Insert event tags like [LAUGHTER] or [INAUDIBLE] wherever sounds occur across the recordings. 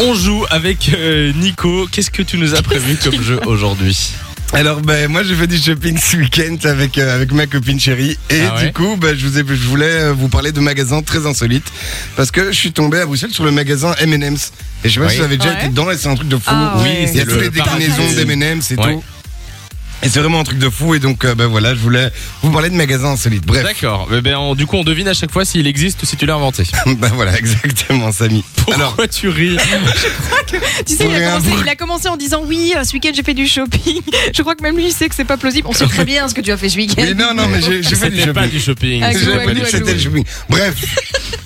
On joue avec euh, Nico. Qu'est-ce que tu nous as prévu [LAUGHS] comme jeu aujourd'hui Alors ben moi j'ai fait du shopping ce week-end avec euh, avec ma copine chérie et Ah ouais du coup ben, je vous ai, je voulais euh, vous parler de magasins très insolites parce que je suis tombé à Bruxelles sur le magasin M&M's et je sais pas Oui. si vous avez déjà Ouais. été dedans et c'est un truc de fou. Ah Oui, ouais. Il y c'est a toutes le les déclinaisons paradis. d'M&M's et Ouais. tout. Et c'est vraiment un truc de fou et donc euh, ben voilà je voulais vous parler de magasins insolites. Bref D'accord. Eh ben, on- du coup, on devine à chaque fois s'il existe ou si tu l'as inventé. ben voilà exactement Samy. Pourquoi [LAUGHS] [LAUGHS] Alors tu ris [LAUGHS] Tu sais, il Rien. a, commencé, il a commencé en disant oui, euh, ce week-end j'ai fait du shopping. [LAUGHS] Je crois que même lui il sait que c'est pas plausible. On sait très bien ce que tu as fait ce week-end. oui, non non mais j'ai j'ai fait du C'était shopping. pas du shopping. Ah, c'était Glou, J'ai pas pas du dit glou, que shopping. c'était le shopping. [LAUGHS] Bref,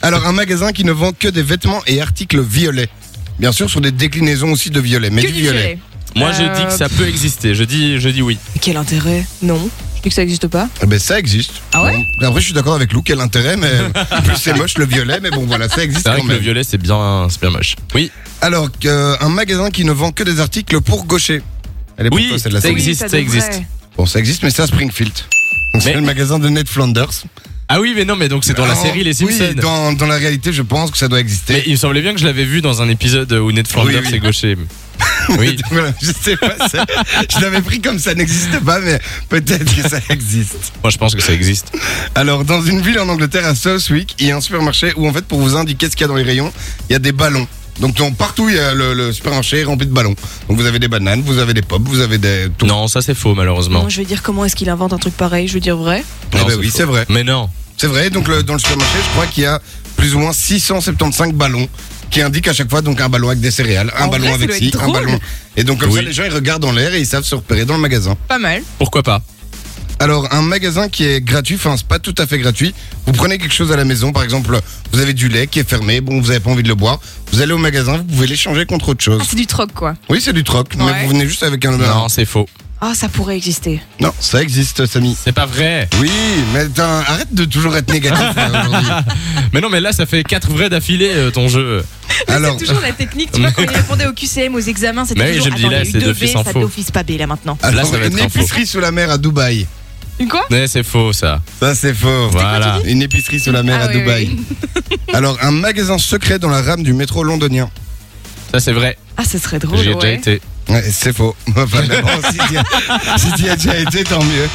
alors un magasin qui ne vend que des vêtements et articles violets. Bien sûr, sur des déclinaisons aussi de violet, mais Que du du violet. violet. Moi, je Euh, dis que ça peut exister. Je dis, je dis oui. Quel intérêt Non. Je dis que ça n'existe pas. Eh ben ça existe. Ah ouais Bon. Après, je suis d'accord avec Lou, quel [LAUGHS] intérêt, mais en plus c'est moche le violet, mais bon voilà, ça existe C'est vrai quand que le même. violet, c'est bien, c'est bien moche. Oui, Alors qu'un magasin qui ne vend que des articles pour gaucher. Elle est pour Oui, toi, celle-là, ça Samy. existe. ça devrait. existe. Bon, ça existe, mais c'est à Springfield. Donc, C'est Mais- le magasin de Ned Flanders. Ah oui, mais non, mais donc c'est dans la Alors, série Les Simpsons. Oui, dans, dans la réalité, je pense que ça doit exister. Mais il me semblait bien que je l'avais vu dans un épisode où Ned Flanders Oui, oui. s'est [LAUGHS] gauché. Oui. Voilà, [LAUGHS] je sais pas, ça- je l'avais pris comme ça n'existe pas, mais peut-être que ça [LAUGHS] existe. Moi, je pense que ça existe. Alors, dans une ville en Angleterre, à Southwick, il y a un supermarché où, en fait, pour vous indiquer ce qu'il y a dans les rayons, il y a des ballons. Donc, dans- partout, il y a le, le supermarché est rempli de ballons. Donc, vous avez des bananes, vous avez des pommes, vous avez des. tout. Non, ça c'est faux malheureusement. Non, je vais dire comment est-ce qu'il invente un truc pareil. Je veux dire vrai. Eh Non, ben oui, faux. c'est vrai. Mais non. C'est vrai. Donc, le- dans le supermarché, je crois qu'il y a plus ou moins 675 ballons qui indiquent à chaque fois donc un ballon avec des céréales, un En ballon vrai, ça avec doit ci, être un drôle. ballon. Et donc, comme ça, Oui. les gens, ils regardent dans l'air et ils savent se repérer dans le magasin. Pas mal. Pourquoi pas Alors, un magasin qui est gratuit, enfin, c'est pas tout à fait gratuit. Vous prenez quelque chose à la maison, par exemple, vous avez du lait qui est fermé, bon, vous avez pas envie de le boire. Vous allez au magasin, vous pouvez l'échanger contre autre Ah, chose. c'est du troc quoi. Oui, c'est du troc, mais Ouais. vous venez juste avec un. Non, c'est faux. Ah, ça pourrait exister. Non, ça existe, Samy. C'est pas vrai. Oui, mais attends, arrête de toujours être négatif là, [LAUGHS] aujourd'hui. Mais non, mais là ça fait 4 vrais d'affilée euh, ton jeu. Alors, C'est toujours la technique. Tu vois, quand il répondait au QCM, aux examens, c'était Mais oui, je toujours. me dis, là, Attends, il y a eu c'est deux d'office B, ça info. fait office pas B là maintenant. Là, alors, ça va être une un faux. épicerie sous la mer à Dubaï. Une quoi Mais c'est faux ça. Ça, c'est faux. Voilà. Une épicerie sous la mer Ah à oui, Dubaï. Alors, un magasin secret dans la rame du métro londonien. Ça c'est vrai. Ah, ce serait drôle. J'y ai ouais. déjà été. Ouais, c'est faux. [LAUGHS] [LAUGHS] Enfin, mais bon, si t'y as- si t'y as déjà été, tant mieux.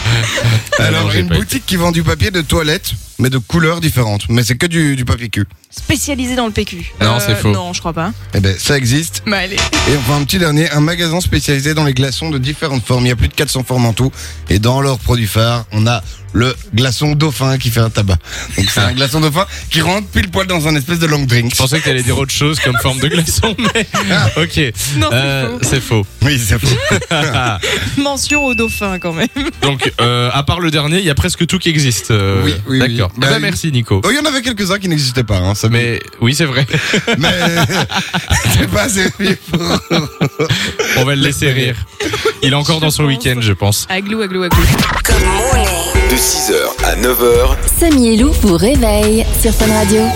Alors, Ah non, j'ai une pas boutique qui vend du papier de toilette, mais de couleurs différentes. Mais c'est que du, du papier cul. Spécialisé dans le PQ. Non, Euh, c'est faux. Non, je crois pas. Eh ben, ça existe. Bah, allez. Et enfin, un petit dernier, un magasin spécialisé dans les glaçons de différentes formes. Il y a plus de 400 formes en tout. Et dans leurs produits phares, on a le glaçon dauphin qui fait un tabac. Donc, [LAUGHS] c'est un glaçon dauphin qui rentre pile poil dans un espèce de long drink. Je pensais que t'allais dire autre chose comme forme de glaçon, [LAUGHS] mais ok. Non, c'est Euh, faux. c'est faux. Oui, [LAUGHS] c'est faux. [LAUGHS] Mention au dauphin quand même. Donc euh, à part le dernier, il y a presque tout qui existe. euh, Oui, oui, oui. D'accord. Bah, Ah bah, il- merci Nico. Oh, il y en avait quelques-uns qui n'existaient pas, hein, ça Mais oui, c'est [LAUGHS] vrai. Mais, c'est pas assez On va le laisser rire. Il est encore Je dans son pense. week-end, je pense. Aglou, aglou, aglou. De 6h à 9h, Samy et Lou vous réveille sur Fun Radio.